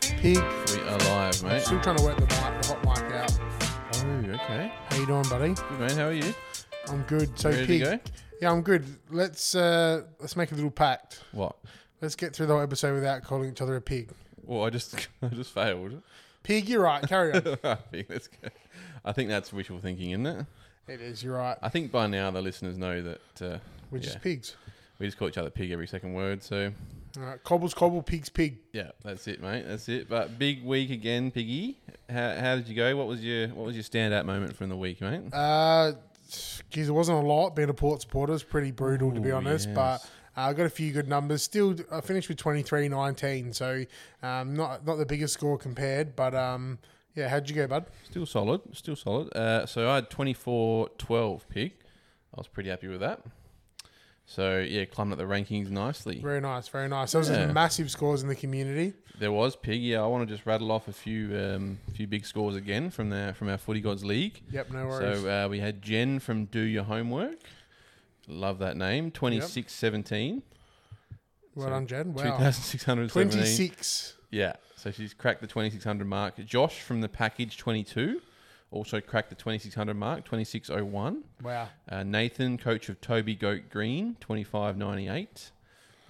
pig. We are live, mate. Still trying to work the, mic, the hot mic out. Oh, okay. How you doing, buddy? Good man, how are you? I'm good. So Ready to pig. go? Yeah, I'm good. Let's uh, let's make a little pact. What? Let's get through the whole episode without calling each other a pig. Well, I just I just failed. Pig, you're right. Carry on. I think that's good. I think that's wishful thinking, isn't it? it is. You're right. I think by now the listeners know that uh, We're just yeah, pigs. we just call each other pig every second word. So All right. Cobbles, cobble, pigs, pig. yeah, that's it, mate. That's it. But big week again, Piggy. How, how did you go? What was your what was your standout moment from the week, mate? Uh, geez, it wasn't a lot. Being a port supporter is pretty brutal, to be Ooh, honest. Oh, yes. But uh, I got a few good numbers. Still, I finished with 23-19, so um, not not the biggest score compared. But um, yeah, how'd you go, bud? Still solid. Still solid. Uh, so I had 24-12 pig. I was pretty happy with that. So yeah, climbed up the rankings nicely. Very nice, very nice. Those are Yeah. massive scores in the community. There was pig. Yeah, I want to just rattle off a few um, few big scores again from the from our Footy Gods League. Yep, no worries. So uh, we had Jen from Do Your Homework. Love that name. 2617. well so done, Jen. Wow, 2617. twenty six. Yeah. So she's cracked the 2600 mark. Josh from the package 22 also cracked the 2600 mark, 2601. Wow, Uh, Nathan, coach of Toby Goat Green, 2598.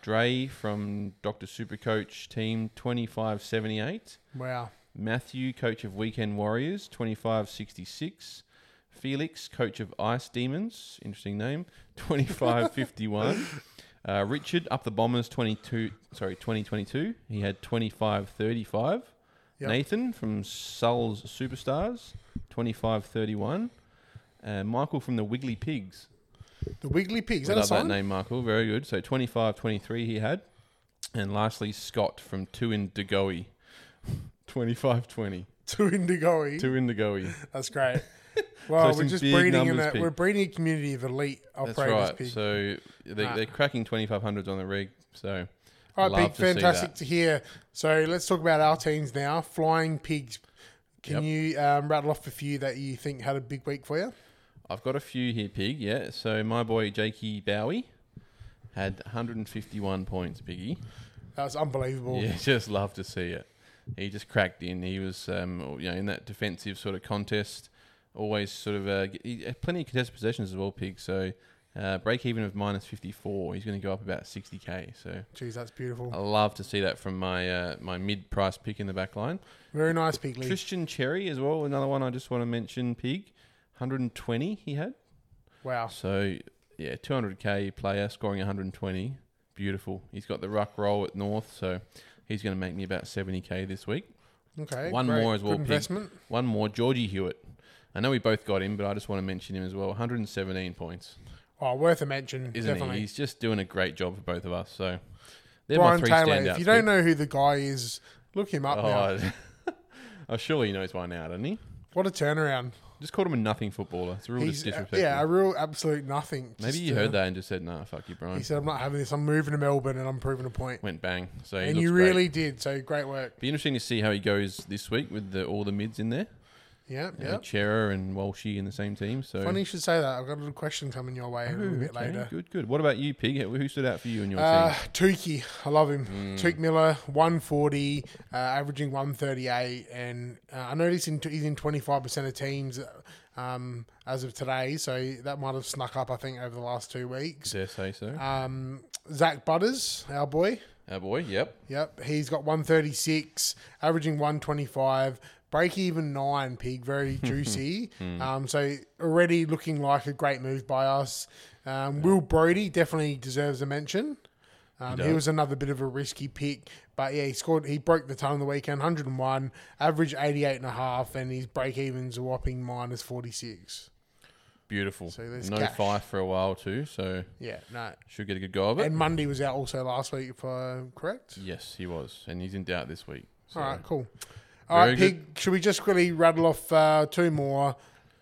Dre from Dr. Supercoach team, 2578. wow. Matthew, coach of Weekend Warriors, 2566. Felix, coach of Ice Demons, interesting name, 2551. uh, Richard, up the Bombers, 22, sorry, 2022. He had 2535. Yep. Nathan from Sull's Superstars, 2531. Uh, Michael from the Wiggly Pigs. The Wiggly Pig. Is I that a love that sign? name, Michael. Very good. So 25 23 he had. And lastly, Scott from Two in Degoe, 25 20. Two Indigoe. Two in the goey. That's great. Well, we're some just big breeding in numbers, a pig. we're breeding a community of elite That's operators. right. Pig. So they, Ah. they're cracking 2500s on the rig. So All right, Love Pig, to see fantastic that. to hear. So let's talk about our teams now. Flying Pigs. Can Yep. you um, rattle off a few that you think had a big week for you? I've got a few here, Pig. Yeah. So my boy Jakey Bowie had 151 points, Piggy. That was unbelievable. Yeah, just love to see it. He just cracked in. He was, um, you know, in that defensive sort of contest, always sort of uh, g- he had plenty of contested possessions as well, Pig. So uh, break even of minus 54. He's going to go up about 60k. So Jeez, that's beautiful. I love to see that from my uh, my mid price pick in the back line. Very nice, Pig Lee. Christian Cherry as well, another one I just want to mention. Pig, 120 he had. Wow. So yeah, 200k player scoring 120, beautiful. He's got the ruck roll at North, so he's going to make me about 70k this week. Okay. One great. more as well, Good Pig. investment. One more, Georgie Hewitt. I know we both got him, but I just want to mention him as well. 117 points, Oh, worth a mention. isn't definitely. he? He's just doing a great job for both of us. So they're Brian my three Taylor. standouts. If you don't Pig. know who the guy is, look him up now. oh, I'm sure he knows by now, doesn't he? What a turnaround. Just called him a nothing footballer. It's a real He's, uh, disrespect. yeah, a real absolute nothing. Maybe Just, you uh, heard that and just said, "Nah, fuck you, Brian." He said, I'm not having this. I'm moving to Melbourne and I'm proving a point. Went bang. So he And looks you great. really did. So great work. Be interesting to see how he goes this week with the, all the mids in there. Yeah. Yeah, Yeah. Chera and Walshy in the same team. So Funny you should say that. I've got a little question coming your way a little bit Okay, later. Good, good. What about you, Pig? Who stood out for you and your Uh, team? Mm. Tukey, I love him. Tuke Miller, 140, uh, averaging 138. And uh, I noticed in, he's in 25% of teams um, as of today. So that might have snuck up, I think, over the last two weeks. Dare say so. Um, Zach Butters, our boy. Our boy. Yep. Yep. He's got 136, averaging 125. Break even nine, pig, very juicy. um, so already looking like a great move by us. Um, Will Brody definitely deserves a mention. Um, he does. was another bit of a risky pick, but yeah, he scored. He broke the ton on the weekend, 101, average 88 and a half, and his break even's a whopping minus 46. Beautiful. So there's no cash. five for a while too, so Yeah, no. should get a good go of it. And Monday was out also last week, if I'm correct. yes, he was, and he's in doubt this week. So. All right, cool. All right, Very good. Pig, should we just quickly rattle off uh, two more?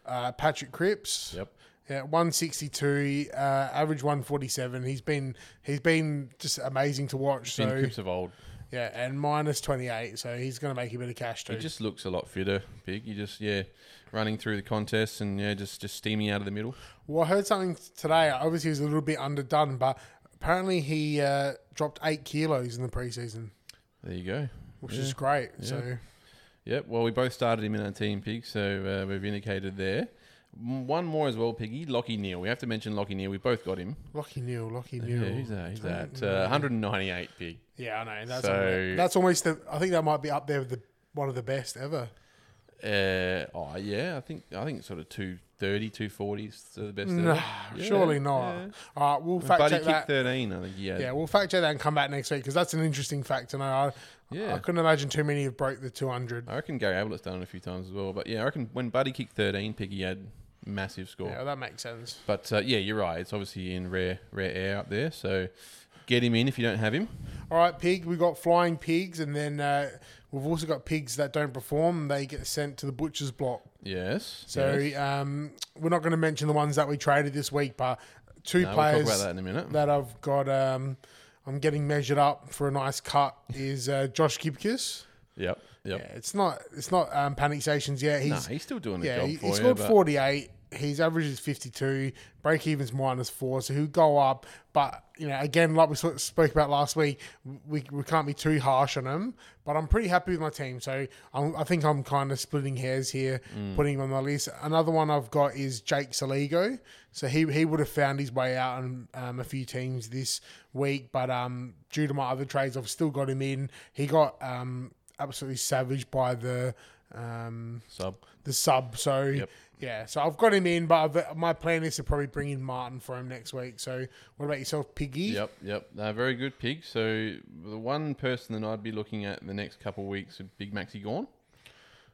Uh, Patrick Cripps, Yep. yeah, 162, uh, average 147. He's been he's been just amazing to watch. Been So Cripps of old. yeah, and minus 28, so he's going to make a bit of cash He too. just looks a lot fitter, Pig. He just yeah, running through the contests and yeah, just just steaming out of the middle. well, I heard something today. Obviously, he was a little bit underdone, but apparently he uh, dropped eight kilos in the preseason. There you go. which is great. Yeah. So Yep. Well, we both started him in our team, Pig, so uh, we've indicated there. M- One more as well, Piggy. Lockie Neal. We have to mention Lockie Neal. We both got him. lucky Neil, lucky Neil. Yeah, he's, uh, he's at uh, 198, Pig. Yeah, I know. That's So- unreal. that's almost the. I think that might be up there with the one of the best ever. Uh, oh, yeah. I think I think sort of 230, 240s are the best. Nah, ever. Yeah, surely not. yeah. All right, we'll fact Buddy check kick that. 13, I think. Yeah. yeah, we'll fact check that and come back next week because that's an interesting fact to know. I, Yeah. I couldn't imagine too many have broke the 200. I reckon Gary Ablett's done it a few times as well. But yeah, I reckon when Buddy kicked 13, Piggy had massive score. Yeah, that makes sense. But uh, yeah, you're right. It's obviously in rare rare air up there. So get him in if you don't have him. All right, pig. We got flying pigs, and then uh, we've also got pigs that don't perform. They get sent to the butcher's block. Yes. So yes. um, we're not going to mention the ones that we traded this week, but two No, players We'll talk about that in a minute. that I've got. Um, I'm getting measured up for a nice cut. Is uh, Josh Kipkis? yep. Yep. Yeah, it's not. It's not um, panic stations yet. nah, He's he's still doing the yeah. job He, for he you. scored but 48. His average is 52. Break even's minus four, so he'll go up. But you know, again, like we sort of spoke about last week, we, we can't be too harsh on him. But I'm pretty happy with my team, so I'm, I think I'm kind of splitting hairs here, Mm. putting him on my list. Another one I've got is Jake Saligo. So he he would have found his way out on um, a few teams this week, but um, due to my other trades, I've still got him in. He got um absolutely savaged by the um Sub. the sub. So yeah, so I've got him in, but I've, my plan is to probably bring in Martin for him next week. So what about yourself, Piggy? Yep. Yep. Uh, very good pig. So the one person that I'd be looking at in the next couple of weeks would Big Maxi Gorn.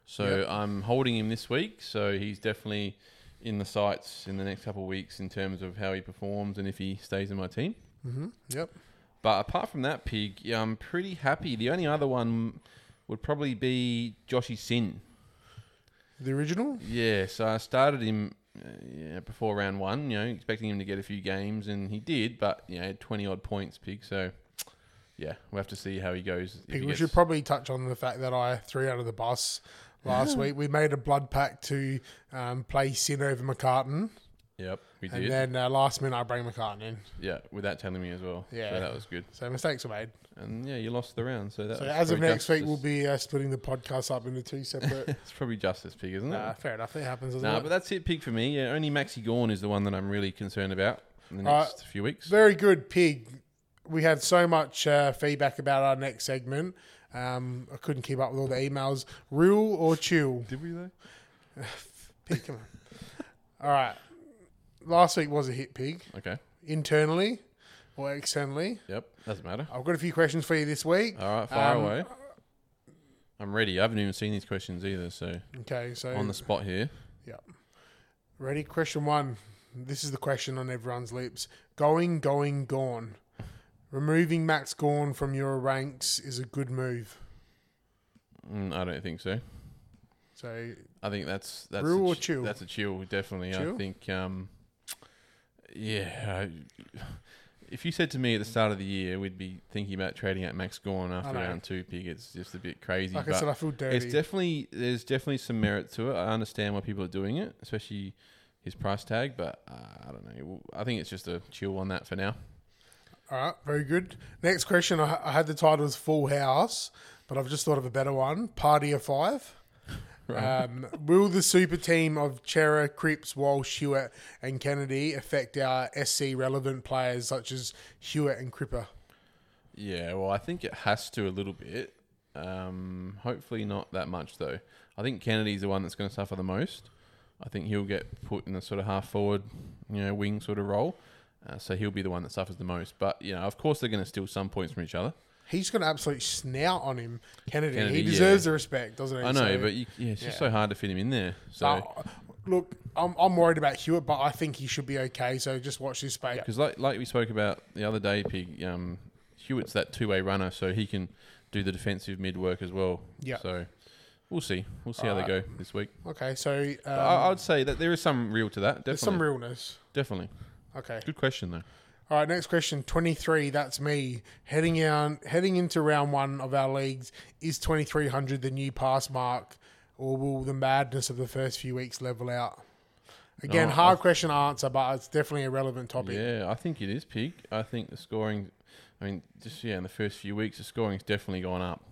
So I'm holding him this week. So he's definitely in the sights in the next couple of weeks in terms of how he performs and if he stays in my team. hmm Yep. But apart from that pig, yeah, I'm pretty happy. The only other one would probably be Joshy Sin. The original. Yeah, so I started him uh, yeah, before round one, you know, expecting him to get a few games, and he did, but, you know, 20 odd points, pig. So, yeah, we'll have to see how he goes. if Pig, he we should gets- probably touch on the fact that I threw out of the bus last week. We made a blood pact to um, play Sin over McCartan, Yep, we and did. then uh, last minute I bring McCartan in. yeah, without telling me as well. Yeah. So that was good. So mistakes were made. And, yeah, you lost the round. So, that So was as of probably next week, we'll justice. be uh, splitting the podcast up into two separate. It's probably justice, pig, isn't it? nah, fair enough. It happens. doesn't Nah, it? but that's it, pig, for me. Yeah, only Maxi Gorn is the one that I'm really concerned about in the Uh, next few weeks. Very good, Pig. We had so much uh, feedback about our next segment. Um, I couldn't keep up with all the emails. Real or chill? Did we though? Pig, come on. all right. Last week was a hit, Pig. Okay. Internally or externally? Yep. Doesn't matter. I've got a few questions for you this week. All right. Fire Um, away. I'm ready. I haven't even seen these questions either, so Okay, so on the spot here. ready? Question one. This is the question on everyone's lips. Going, going, gone. Removing Max Gorn from your ranks is a good move. Mm, I don't think so. So I think that's that's Brew a or ch- chill? That's a chill, definitely. Chill? I think. Um, yeah. I, if you said to me at the start of the year we'd be thinking about trading out Max Gorn after know. round two pick, it's just a bit crazy. like I but- said, I feel dirty. It's definitely there's definitely some merit to it. I understand why people are doing it, especially his price tag. But uh, I don't know. Well, I think it's just a chill on that for now. All right, very good. Next question. I, I had the title as Full House, but I've just thought of a better one Party of Five. Um, will the super team of Chera, Cripps, Walsh, Hewitt, and Kennedy affect our SC relevant players such as Hewitt and Cripper? Yeah. Well, I think it has to a little bit. Um, hopefully not that much though. I think Kennedy's the one that's going to suffer the most. I think he'll get put in a sort of half forward, you know, wing sort of role. Uh, so he'll be the one that suffers the most. But you know, of course, they're going to steal some points from each other. He's got an absolute snout on him, Kennedy. Kennedy, he deserves yeah. the respect, doesn't he? I know, So- but you, yeah, it's just yeah. so hard to fit him in there. So. Uh, look, I'm, I'm worried about Hewitt, but I think he should be okay. So just watch this space. Because like like we spoke about the other day, Pig um, Hewitt's that two way runner, so he can do the defensive mid work as well. Yeah. Uh, So we'll see. We'll see how they go this week. Okay, so um, But I, I'd say that there is some real to that. Uh, Definitely. there's some realness. definitely. Okay. Good question though. All right, next question. Twenty three. That's me heading on heading into round one of our leagues. Is twenty three hundred the new pass mark, or will the madness of the first few weeks level out? Again, No, I- hard question to answer, but it's definitely a relevant topic. Yeah, I think it is Pig. I think the scoring. I mean, just yeah, in the first few weeks, the scoring's definitely gone up.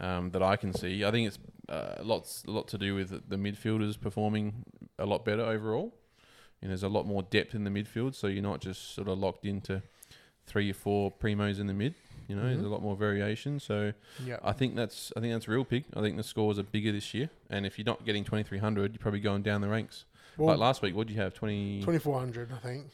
um, that I can see. I think it's uh, lots a lot to do with the midfielders performing a lot better overall. And there's a lot more depth in the midfield, so you're not just sort of locked into three or four primos in the mid. You know, Mm-hmm. there's a lot more variation. So Yeah. I think that's I think that's a real pig. I think the scores are bigger this year, and if you're not getting 2300, you're probably going down the ranks. Well, like last week, what did you have? 20. 2400, I think.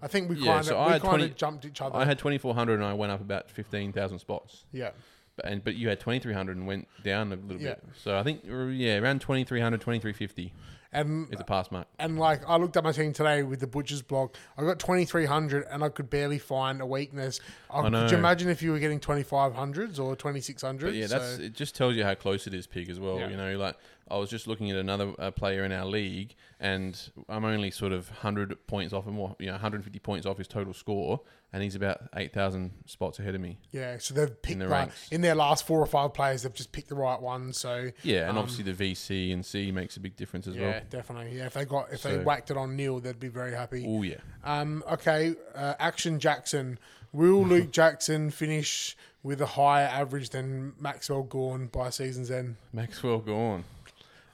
I think we Yeah, kind of so I we had kind 20 of jumped each other. I had 2400, and I went up about 15,000 spots. yeah. But- And but you had 2300 and went down a little Yeah. bit. So I think uh, yeah, around 2300, 2350 And is a pass mark. and like I looked at my team today with the butcher's block. I got 2300 and I could barely find a weakness. I, I know. Could you imagine if you were getting 2500s or 2600s? But yeah, that's So, it. Just tells you how close it is, pig, as well. Yeah. You know, like I was just looking at another uh, player in our league, and I'm only sort of hundred points off, and more, you know, 150 points off his total score, and he's about eight thousand spots ahead of me. yeah, so they've picked the like, ranks. in their last four or five players they've just picked the right one. So Yeah, and um, obviously the VC and C makes a big difference as yeah, definitely. Yeah, if they got if they So- whacked it on nil, they'd be very happy. well. Oh yeah, Um, okay, uh, Action Jackson. Will Luke Jackson finish with a higher average than Maxwell Gorn by season's end? Maxwell gone.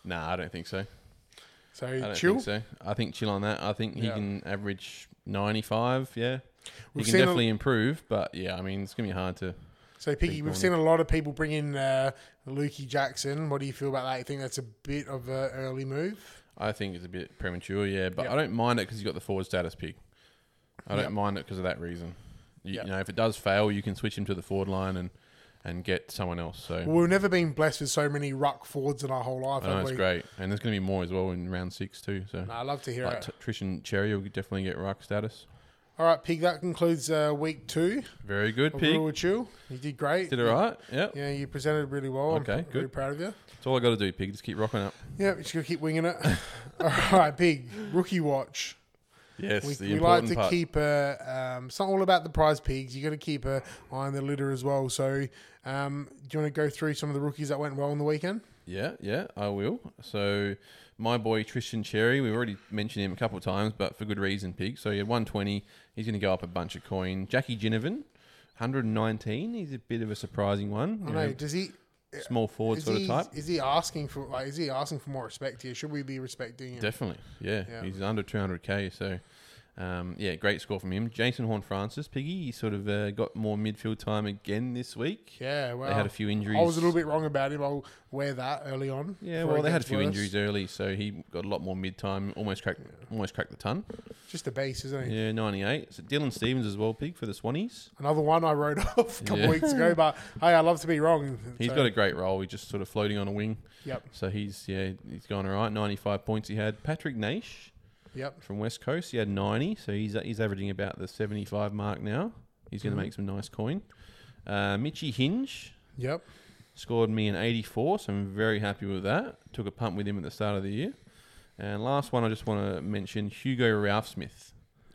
Nah, I don't think so. I So don't chill. think so. I think chill on that. I think he Yeah. can average 95. Yeah, We've he seen can a- definitely improve, but yeah, I mean it's gonna be hard to. So Piggy, Big we've Gorn. seen a lot of people bring in uh, Lukey Jackson. What do you feel about that? You think that's a bit of an early move? I think it's a bit premature, yeah, but Yep. I don't mind it because he's got the forward status pick. I don't Yep. mind it because of that reason. You, Yep. you know, if it does fail, you can switch him to the forward line and and get someone else. So Well, we've never been blessed with so many ruck forwards in our whole life, Mm. I know have it's we? great, and there's going to be more as well in round six too. So No, I love to hear like it. T- Trish and Cherry will definitely get rock status. All right, Pig. That concludes uh, week two Very good, of pig. Rule with Chill. You did great. Did all right. Yep. Oh, Yeah, you presented really well. I'm Okay, very good. proud of you. That's all I got to do, pig. Just keep rocking up. Yeah, just gonna keep winging it. All right, big rookie watch. Yes, We, the we like important to part. keep a. Um, it's not all about the prize pigs. You got to keep a eye on the litter as well. So, um, do you want to go through some of the rookies that went well on the weekend? Yeah, yeah, I will. So, my boy Tristan Cherry, we've already mentioned him a couple of times, but for good reason, pig. So he had 120. He's going to go up a bunch of coin. Jackie Ginnivan, 119. He's a bit of a surprising one. I you know. know, Does he? small forward Is sort he, of type. is he asking for? Like, is he asking for more respect here? Should we be respecting him? Definitely, yeah. Yeah. He's under 200k, so um, yeah, great score from him. Jason Horn Francis, piggy, he sort of uh, got more midfield time again this week. yeah. Well, They had a few injuries. I was a little bit wrong about him. I'll wear that early on. Yeah, before well, it they had a gets few worse. injuries early, so he got a lot more mid time. Almost cracked, almost cracked the ton. Just the base, isn't he? Yeah, 98. So Dylan Stevens as well, Pig, for the Swannies. Another one I wrote off a couple Yeah. weeks ago, but hey, I love to be wrong. He's so- got a great role. He's just sort of floating on a wing. Yep. So he's, yeah, he's gone all right. 95 points he had. Patrick Naish Yep. from West Coast, he had 90. So he's, he's averaging about the 75 mark now. He's going to Mhm. make some nice coin. Uh, Mitchy Hinge Yep. scored me an 84, so I'm very happy with that. Took a punt with him at the start of the year. And last one I just want to mention Hugo Ralph Smith.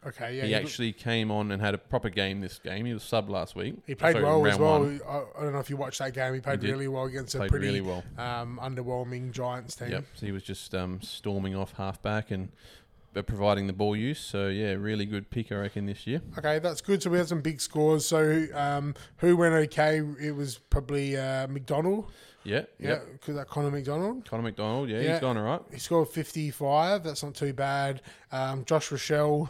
Okay. Yeah. he you- actually came on and had a proper game this game. He was sub last week. He played Sorry, well as round well. one. I, I don't know if you watched that game. He played did. really well against a Played pretty really well. um, underwhelming Giants team. Yep. So he was just um, storming off halfback and uh, providing the ball use. So yeah, really good pick I reckon this year. Okay, that's good. So we had some big scores. So um, who went okay? It was probably uh, McDonald. Yeah. Yeah, Yep. because that Connor McDonald. Connor McDonald. Yeah, Yeah. he's gone all right. He scored 55. That's not too bad. Um, Josh Rochelle.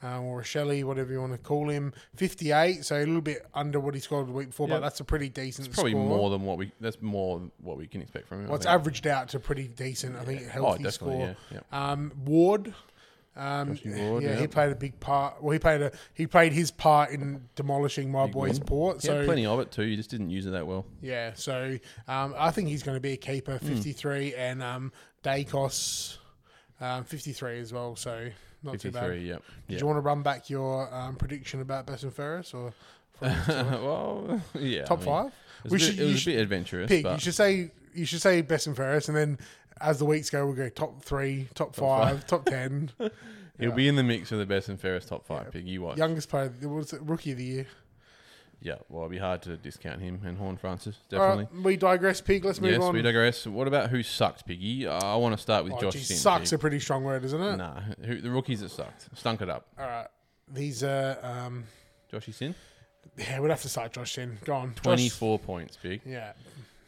Um, or Rochelle, whatever you want to call him, 58. So a little bit under what he scored the week before, but Yeah. that's a pretty decent It's probably score. more than what we. That's more than what we can expect from him. I Well, it's think. averaged out to pretty decent. I think a Oh, healthy definitely. score. Yeah. yeah. Um, Ward. Um, Joshie Ward, yeah, yeah. he played a big part. Well, he played a he played his part in demolishing my Big boys' win. port. He had So plenty of it too. You just didn't use it that well. yeah, so um, I think he's going to be a keeper, Hmm. fifty three, and um, Dacos, um, fifty three as well. So not too bad. Fifty-three. Yep. Did Yeah. you want to run back your um, prediction about Bess and Ferris or from well, yeah. top I mean, five? We It was, a bit, should- it you was a should- bit adventurous. Pig, but you should say you should say Bess and Ferris, and then as the weeks go, we'll go top three, top, five, top ten, He'll Yeah. be in the mix of the best and fairest top five. Pig, you watch. youngest player, was it rookie of the year. Yeah, well, it'd be hard to discount him and Horn Francis, All right, definitely. we digress, Pig. Let's move yes, on. we digress. What about who sucked, Piggy? I want to start with Oh, Josh gee, Sint, sucks a Pig. pretty strong word, isn't it? Nah, who, the rookies that sucked. Stunk it up. All right. These are, um, Joshy Sin, yeah, we'd have to start Josh in. Go on. Josh. 24 points, Pig. Yeah.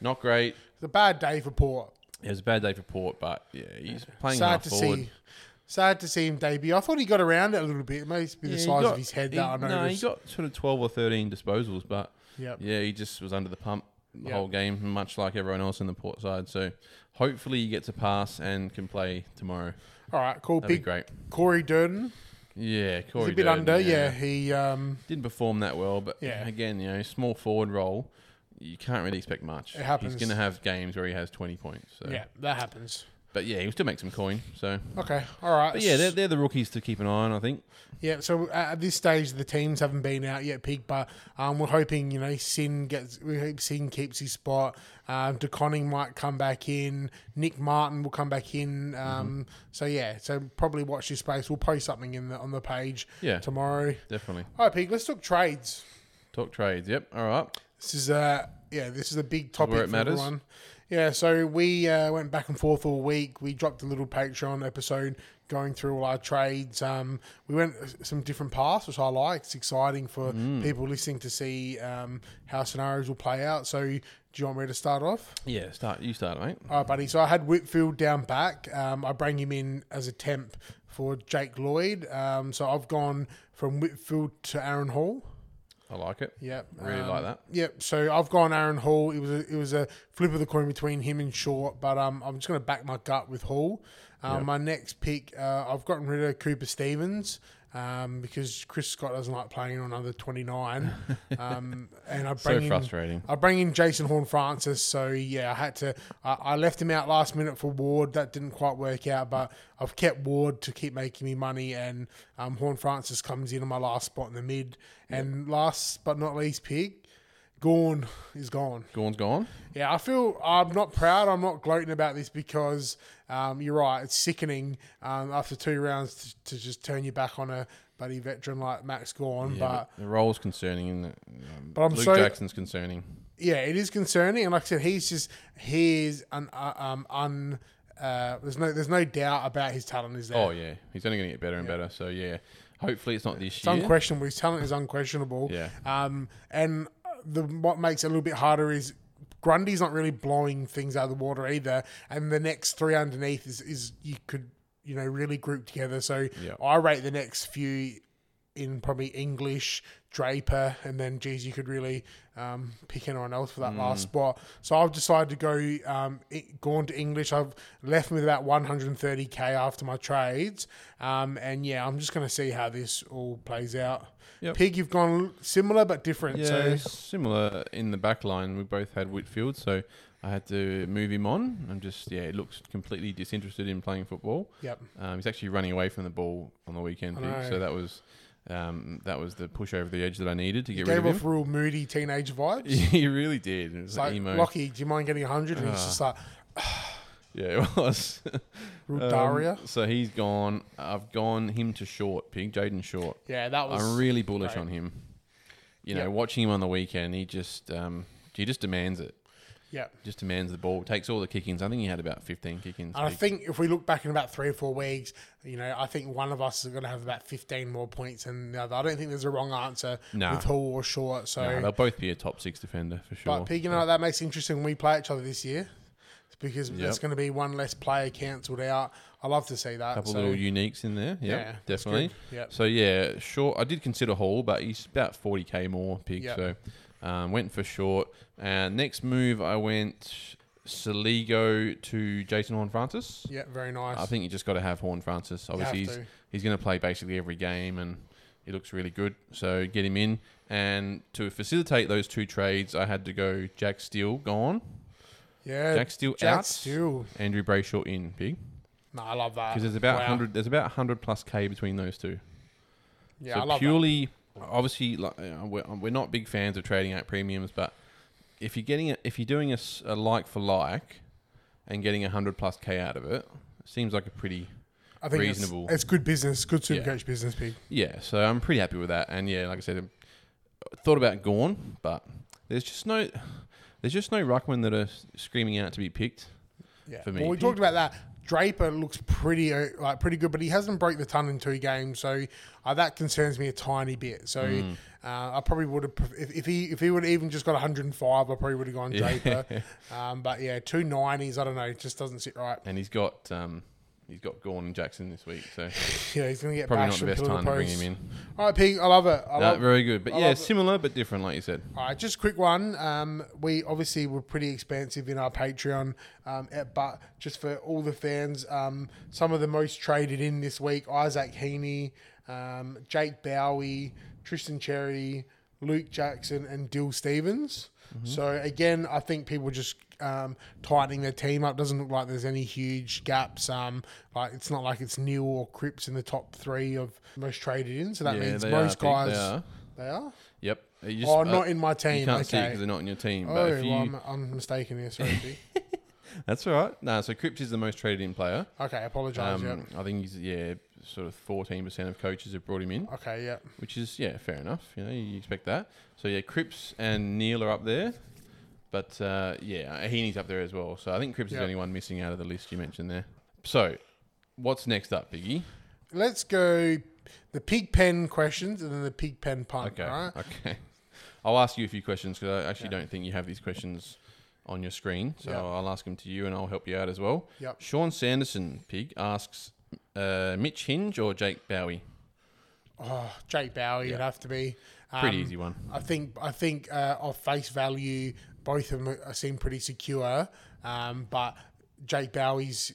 Not great. It's a bad day for Port. It was a bad day for Port, but yeah, he's playing Sad half to forward. see. Sad to see him debut. I thought he got around it a little bit. It must be Yeah, the he size got- of his head he- that I No, he noticed. got sort of 12 or 13 disposals, but Yep. yeah, he just was under the pump the Yep. whole game, much like everyone else in the port side. So hopefully he gets a pass and can play tomorrow. All right, cool. That'd be Big great. Corey Durden. Yeah, Corey He's a bit Durden, under. Yeah. he. Um, Didn't perform that well, but Yeah. again, you know, small forward role, you can't really expect much. It happens. He's going to have games where he has 20 points. So. yeah, that happens. But yeah, he'll still make some coin. So. Okay. All right. But yeah, they're, they're the rookies to keep an eye on, I think. Yeah, so at at this stage, the teams haven't been out yet, Pig, but um, we're hoping, you know, Sin gets, we hope Sin keeps his spot. Um, DeConning might come back in. Nick Martin will come back in. Um, So, yeah, so probably watch this space. We'll post something in the, on the page Yeah. tomorrow. Definitely. All right, Pig, let's talk trades. Talk trades. Yep. All right. This is uh yeah, this is a big topic where it for matters. everyone. Yeah, so we uh, went back and forth all week. We dropped a little Patreon episode going through all our trades. Um, we went some different paths, which I like. It's exciting for Mm. people listening to see um, how scenarios will play out. So, do you want me to start off? Yeah, start. You start, mate. All right, buddy. So I had Whitfield down back. Um, I bring him in as a temp for Jake Lloyd. Um, so I've gone from Whitfield to Aaron Hall. I like it. Yep. um, Really like that. Yep. So I've gone Aaron Hall. It was a, it was a flip of the coin between him and Short, but um, I'm just going to back my gut with Hall. Um, My next pick, uh, I've gotten rid of Cooper Stevens um, because Chris Scott doesn't like playing on under 29. um, and I So bring in, frustrating. I bring in Jason Horn Francis. So yeah, I had to. I, I left him out last minute for Ward. That didn't quite work out, but I've kept Ward to keep making me money, and um, Horn Francis comes in on my last spot in the mid. And last but not least, Pig. Gorn is gone. Gorn's gone. Yeah, I feel I'm not proud. I'm not gloating about this because um, you're right. It's sickening um, after two rounds to, to just turn your back on a buddy veteran like Max Gorn. Yeah, but but the role's concerning, isn't it? Um, But I'm Luke so- Jackson's concerning. yeah, it is concerning. And like I said, he's just he's an uh, um un. Uh, there's no there's no doubt about his talent is there. Oh yeah, he's only going to get better and better. So yeah, hopefully it's not this it's year. unquestionable. His talent is unquestionable. Yeah. Um, and the what makes it a little bit harder is Grundy's not really blowing things out of the water either, and the next three underneath is is you could you know really group together. So Yeah. I rate the next few in probably English Draper, and then geez, you could really um, pick anyone else Mm. for that last spot. So I've decided to go um, it, gone to English. I've left with about 130k after my trades, um, and yeah, I'm just going to see how this all plays out. Yep. Pig, you've gone similar but different. Yeah, So similar in the back line. We both had Whitfield, so I had to move him on. I'm just yeah, it looks completely disinterested in playing football. yep, Um, he's actually running away from the ball on the weekend, I Pete, know. so that was um, that was the push over the edge that I needed to get rid gave of off him. real moody teenage vibes. he really did. It was It's like, emo. Ah. Lockie, do you mind getting 100? And he's just like Yeah, it was. real Um, Daria. So he's gone. I've gone him to short, Pig, Jaden Short. Yeah, that was I'm really bullish great. on him. You know, Yep. watching him on the weekend, he just um, he just demands it. yep. Just demands the ball. Takes all the kick-ins. I think he had about 15 kick-ins. And I Pig. think if we look back in about three or four weeks, you know, I think one of us is going to have about 15 more points than the other. I don't think there's a wrong answer Nah. with Hall or Short. So, No, they'll both be a top six defender for sure. but Pig, you know, that makes it interesting when we play each other this year It's because there's Yep. going to be one less player cancelled out. I love to see that. couple so, little uniques in there. Yeah, Yeah, that's definitely. good. Yep. So yeah, short. I did consider Hall, but he's about forty k more pig. Yep. So um, went for short. And next move, I went Saligo to Jason Horn Francis. yeah, very nice. I think you just got to have Horn Francis. Obviously, have he's to. he's going to play basically every game, and he looks really good. So get him in. And to facilitate those two trades, I had to go Jack Steele gone, yeah, Jack Steele Uh, Jack out, Steele. Andrew Brayshaw in pig No, I love that. because there's about Wow. hundred there's about hundred plus k between those two. Yeah, I so love purely, obviously, like, you know, we're, we're not big fans of trading out premiums, but if you're getting a, if you're doing a, s- a like for like, and getting a hundred plus k out of it, seems like a pretty that. I think it's- reasonable. It's, good business, good Yeah. super coach business, Pig. yeah. So I'm pretty happy with that. And yeah, like I said, I thought about Gorn, but there's just no there's just no ruckman that are s- screaming out to be picked. Yeah. For me, well, we Pig. talked about that. Draper looks pretty uh, like pretty good, but he hasn't broke the ton in two games, so uh, that concerns me a tiny bit. So Mm. uh, I probably would have pref- if, if he if he would have even just got 105, I probably would have gone Draper. Um, but yeah, two nineties, I don't know, it just doesn't sit right. And he's got um, he's got Gorn and Jackson this week, so Yeah, he's gonna get probably not bashed the and best pillar time to bring post. him in. All right, Pig, I love it. I No, love, very good, but I yeah, love it. similar but different, like you said. All right, just a quick one. Um, we obviously were pretty expansive in our Patreon, um, at, but just for all the fans, um, some of the most traded in this week Isaac Heaney, um, Jake Bowie, Tristan Cherry, Luke Jackson, and Dill Stevens. Mm-hmm. So, again, I think people just um, tightening their team up. Doesn't look like there's any huge gaps. Um, like It's not like it's Neil or Cripps in the top three of most traded in. So that Yeah, means they most are, I think guys. they are. They are? Yep. You just- Oh, uh, not in my team. You can't okay. see it because they're not in your team. Oh, but if you, well, I'm, I'm mistaken here. Sorry. G. that's all right. No, so Cripps is the most traded in player. okay, I apologise. Um, yep. I think he's yeah, sort of fourteen percent of coaches have brought him in, Okay, yeah. which is yeah, fair enough. You know, you expect that. So yeah, Cripps and Neil are up there, but uh, yeah, Heaney's up there as well. So I think Cripps is Yep. the only one missing out of the list you mentioned there. So what's next up, Biggie? Let's go the pig pen questions and then the pig pen pun. Okay, All right. okay. I'll ask you a few questions because I actually don't think you have these questions on your screen, so Yep. I'll ask them to you and I'll help you out as well. Yep. Sean Sanderson Pig asks, uh, Mitch Hinge or Jake Bowie? Oh, Jake Bowie, it'd have to be. Um, Pretty easy one. I think I think uh, off face value, both of them are, seem pretty secure. Um, but Jake Bowie's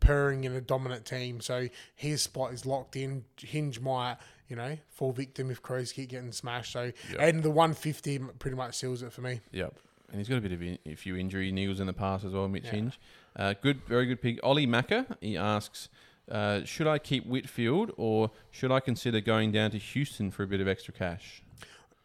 purring in a dominant team, so his spot is locked in. Hinge might, you know, fall victim if Crows keep getting smashed. So and the 150 pretty much seals it for me. Yep. And he's got a bit of in, a few injury niggles in the past as well, Mitch Hinge. Uh, good, very good pick. Ollie Macker, he asks, uh, should I keep Whitfield or should I consider going down to Houston for a bit of extra cash?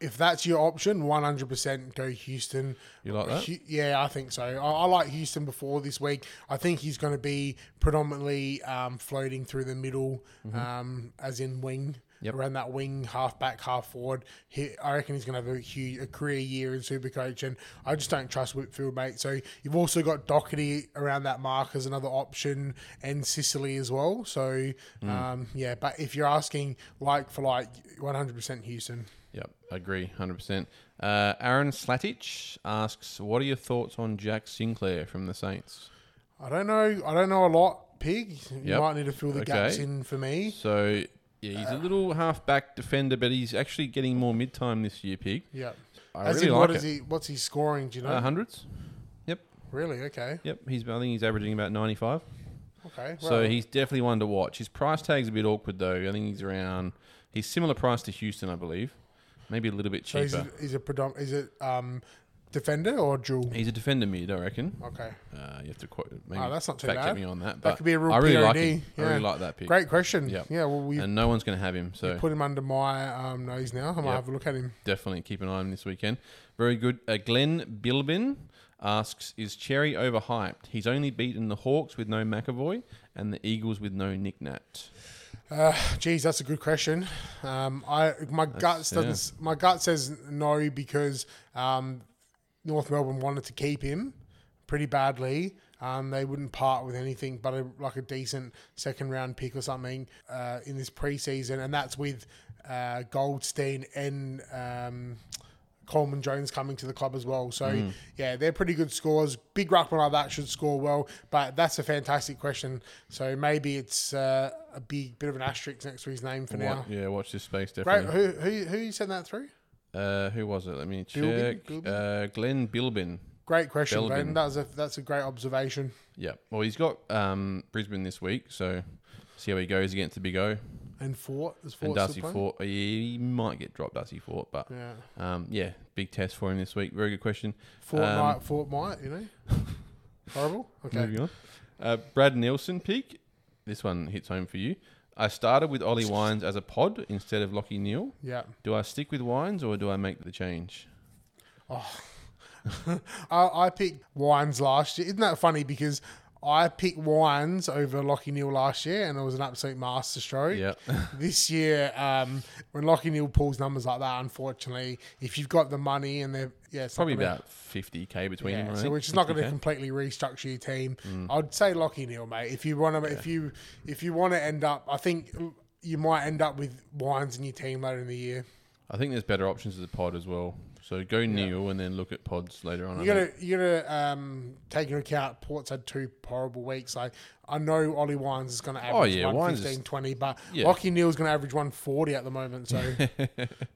if that's your option, one hundred percent go Houston. You like that? Hu- yeah, I think so. I, I like Houston before this week. I think he's going to be predominantly um, floating through the middle, um, as in wing. Mm-hmm. Yep. Around that wing, half back, half forward. He, I reckon he's going to have a huge a career year in Supercoach, and I just don't trust Whitfield, mate. So you've also got Doherty around that mark as another option, and Sicily as well. So Mm. um, yeah, but if you're asking like for like, one hundred percent Houston. Yep, agree, hundred percent. Uh, Aaron Slatich asks, "What are your thoughts on Jack Sinclair from the Saints?" I don't know. I don't know a lot, Pig. You Yep. might need to fill the gaps Okay. in for me. So yeah, he's a little half-back defender, but he's actually getting more mid-time this year. Pig, Yeah. I As really in, like what it. is he? What's he scoring? Do you know? Uh, hundreds. Yep, Really? Okay. yep. He's I think he's averaging about ninety-five. Okay. So well, he's definitely one to watch. His price tag's a bit awkward though. I think he's around. He's similar price to Houston, I believe. Maybe a little bit So is cheaper. it, is it predom- Is it um, defender or dual? he's a defender mid, I reckon. Okay. Uh, you have to quote. Maybe Oh, that's not too fact check bad. me on that. But That could be a real I really like POD, him. I really yeah. like that pick. Great question. Yep. Yeah. Well, we and no one's going to have him. So put him under my um, nose now. I might Yep. have a look at him. definitely keep an eye on him this weekend. Very good. Uh, Glenn Bilbin asks, "Is Cherry overhyped? He's only beaten the Hawks with no McAvoy and the Eagles with no Nick Nat. Uh, geez, that's a good question. Um, I my guts yeah. doesn't. s My gut says no because um, North Melbourne wanted to keep him pretty badly. Um, they wouldn't part with anything but a, like a decent second round pick or something uh, in this preseason, and that's with uh, Goldstein and. Um, Coleman Jones coming to the club as well. So, Mm. yeah, they're pretty good scores. Big ruckman like that should score well, but that's a fantastic question. So maybe it's uh, a big bit of an asterisk next to his name for now. Wa- yeah, watch this space Great. definitely. Who, who, who sent that through? Uh, who was it? Let me Bilbin? check. Uh, Glenn Bilbin. Great question, Belbin. Glenn. That was a, that's a great observation. Yeah. Well, he's got um, Brisbane this week, so see how he goes against the Big O And Fort is Fort and Darcy still playing? Fort. He might get dropped, Darcy Fort, but Yeah, um, yeah, big test for him this week. Very good question. Fort Um, might, Fort might, you know. Horrible. Okay. Moving on. Uh, Brad Nielsen peak. This one hits home for you. I started with Ollie Wines as a pod instead of Lockie Neal. Yeah. Do I stick with Wines or do I make the change? Oh. I, I picked Wines last year. Isn't that funny? Because I picked Wines over Lockie Neal last year, and it was an absolute masterstroke. Yeah. This year, um, when Lockie Neal pulls numbers like that, unfortunately, if you've got the money and they're yeah, it's not Probably gonna- about 50k between yeah, them, I so think. which is not going to 50K. completely restructure your team. Mm. I'd say Lockie Neal, mate. If you want to, if you if you want to end up, I think you might end up with Wines in your team later in the year. I think there's better options as a pod as well. So go Neil and then look at pods later on. I You think. gotta you gotta um, take into account Port's had two horrible weeks. Like I know Ollie Wines is gonna average Oh, yeah, Wines is- 115, 20, but Yeah. Lockie Neal's gonna average one forty at the moment. So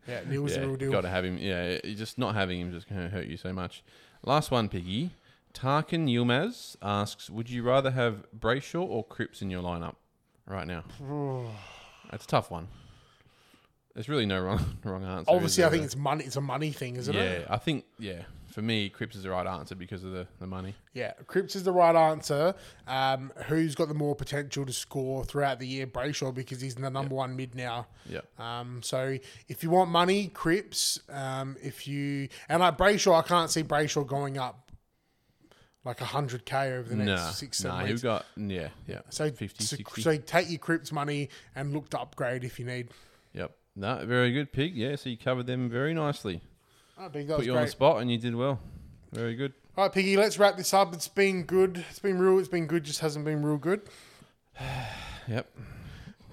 yeah, Neal's yeah, the real deal. Got to have him. Yeah, you just not having him just going to hurt you so much. Last one, Piggy. Tarkin Yilmaz asks, would you rather have Brayshaw or Cripps in your lineup right now? That's a tough one. There's really no wrong wrong answer. is Obviously, I there, think really? it's money. It's a money thing, isn't yeah, it? I think yeah. For me, Cripps is the right answer because of the, the money. Yeah, Cripps is the right answer. Um, who's got the more potential to score throughout the year? Brayshaw because he's the number one mid now. Yeah. Um, so if you want money, Cripps. Um, if you and like Brayshaw, I can't see Brayshaw going up like hundred k over the next Nah, six nah, seven who weeks. got yeah, yeah. So, 50, so, 60. so take your Cripps money and look to upgrade if you need. Yep. No, very good pig. Yeah, so you covered them very nicely. Oh, Piggy, that Put was you on the great. spot and you did well. Very good. All right, Piggy, let's wrap this up. It's been good. It's been real. It's been good. Just hasn't been real good. Yep.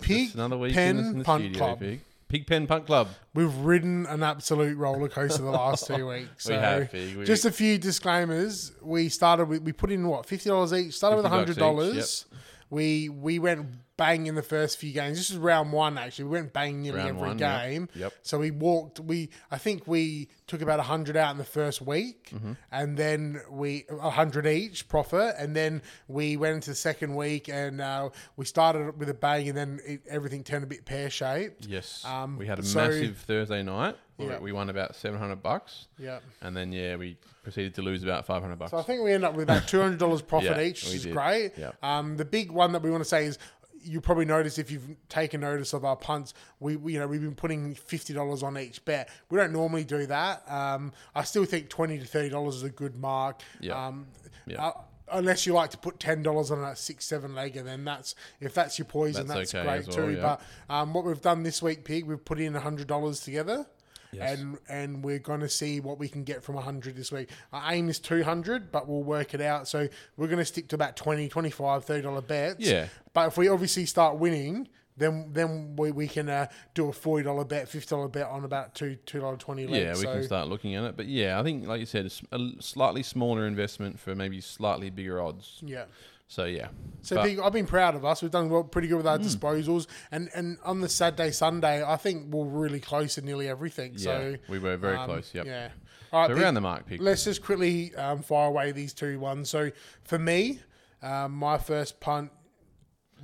Pig It's another week in Pen the, in the Punt studio, Club. Pig. Pig Pen Punt Club. We've ridden an absolute roller coaster the last two weeks. So we have, Fig. We, just a few disclaimers. We started with we put in what fifty dollars each. Started with $50 hundred each, dollars. We we went bang in the first few games. This is round one actually. We went bang nearly Round every one, yep, game. yep. So we walked. We I think we took about hundred out in the first week, Mm-hmm. and then we hundred each profit, and then we went into the second week and uh, we started with a bang, and then it, everything turned a bit pear shaped. yes. um, we had a so- massive Thursday night. where Yeah. We won about 700 bucks. Yeah. And then, yeah, we proceeded to lose about 500 bucks. So I think we end up with about two hundred dollars profit Yeah, each, we which is did. great. Yeah. Um, the big one that we want to say is you probably noticed if you've taken notice of our punts, we, we you know we've been putting fifty dollars on each bet. We don't normally do that. Um, I still think twenty to thirty dollars is a good mark. Yeah. Um, Yeah. uh, Unless you like to put ten dollars on a six seven leg, and then that's if that's your poison, That's that's, okay great as well, too. yeah. But um, what we've done this week, pig, we've put in hundred dollars together. Yes. And and we're going to see what we can get from 100 this week. Our aim is 200, but we'll work it out. So we're going to stick to about 20, 25, 30 dollar bets. Yeah. But if we obviously start winning, then then we, we can uh, do a 40 dollar bet, 50 dollar bet on about two two dollar 20 legs. yeah, we so, can start looking at it. But yeah, I think, like you said, it's a slightly smaller investment for maybe slightly bigger odds. Yeah. So, yeah. So But- Hmm. big, I've been proud of us. We've done well, pretty good with our disposals, and and on the Saturday, Sunday, I think we're really close to nearly everything. yeah, so we were very um, close. Yep. Yeah. All right. So Pete, around the mark, Pig. Let's just quickly um, fire away these two ones. So for me, um, my first punt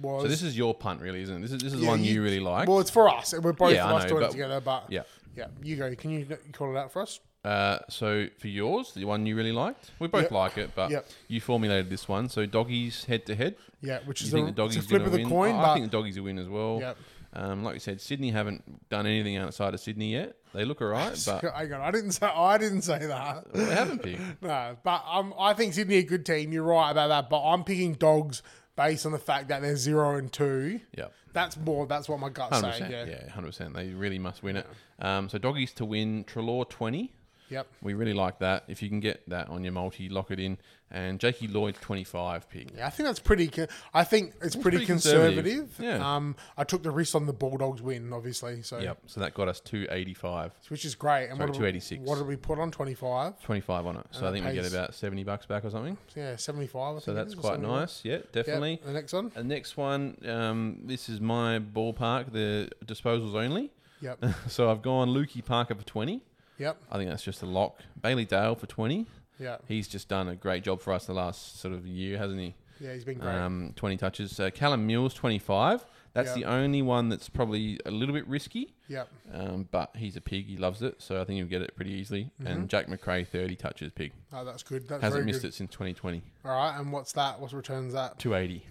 was. So this is your punt, really, isn't it? This is this is Yeah, one you- you, really like. well, it's for us. and We're both Yeah, I of us know, doing it but- together, but yeah. yeah. You go. Can you call it out for us? Uh, so for yours, the one you really liked, we both Yep. like it, but Yep. you formulated this one. So doggies head to head. Yeah, which You is think a, the doggies it's a flip gonna of the win? Oh, coin, I but think the doggies will win as well. Yep. Um, like you said, Sydney haven't done anything outside of Sydney yet. They look alright, but hang on, I didn't say I didn't say that. they haven't picked. No, but um, I think Sydney a good team. You're right about that, but I'm picking dogs based on the fact that they're zero and two. Yep. That's more. That's what my gut's Hundred saying. percent. Yeah. Yeah, hundred percent. They really must win it. Um, so doggies to win Trelaw twenty. Yep. We really like that. If you can get that on your multi, lock it in. And Jakey Lloyd twenty five pick. Yeah, I think that's pretty. co- I think it's pretty, pretty conservative. conservative. Yeah. Um, I took the risk on the Bulldogs win, obviously. So. Yep. So that got us two eighty five. Which is great. And Sorry, what did we- 286. What did we put on twenty five? 25 on it. So I that think we get pays- about 70 bucks back or something. Yeah, seventy five. So that's quite nice. Yeah, definitely. The next one. And next one, um, this is my ballpark, the disposals only. Yep. so I've gone Lukey Parker for 20. yep. I think that's just a lock. Bailey Dale for 20. Yeah. He's just done a great job for us the last sort of year, hasn't he? Yeah, he's been great. Um, 20 touches. So Callum Mills, 25. That's Yeah. the only one that's probably a little bit risky, yep. um, but he's a pig. He loves it. So I think he'll get it pretty easily. And Jack McRae, 30 touches pig. Oh, that's good. Mm-hmm. That's Hasn't very missed good. it since 2020. All right. And what's that? What returns that? 280.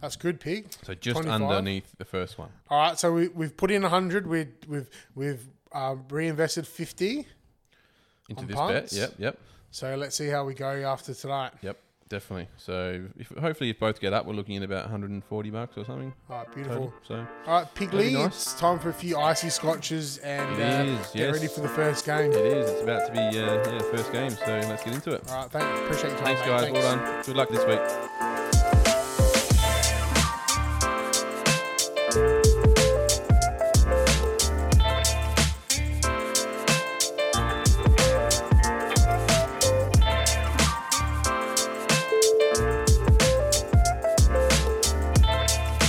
That's good, pig. So just 25? underneath the first one. All right, so we, we've put in 100. We've, we've, we've um, reinvested 50. Into On this punts? bet. Yep, yep, So let's see how we go after tonight. yep. Definitely. So if, hopefully, if both get up, we're looking at about 140 bucks or something. All right, total. beautiful. So All right, Pigley, nice. it's time for a few icy scotches and It uh, is, get yes. ready for the first game. it is. It's about to be uh, yeah first game. So let's get into it. All right, thank, appreciate your time. Thanks, mate. guys. Well done. Good luck this week. Thanks.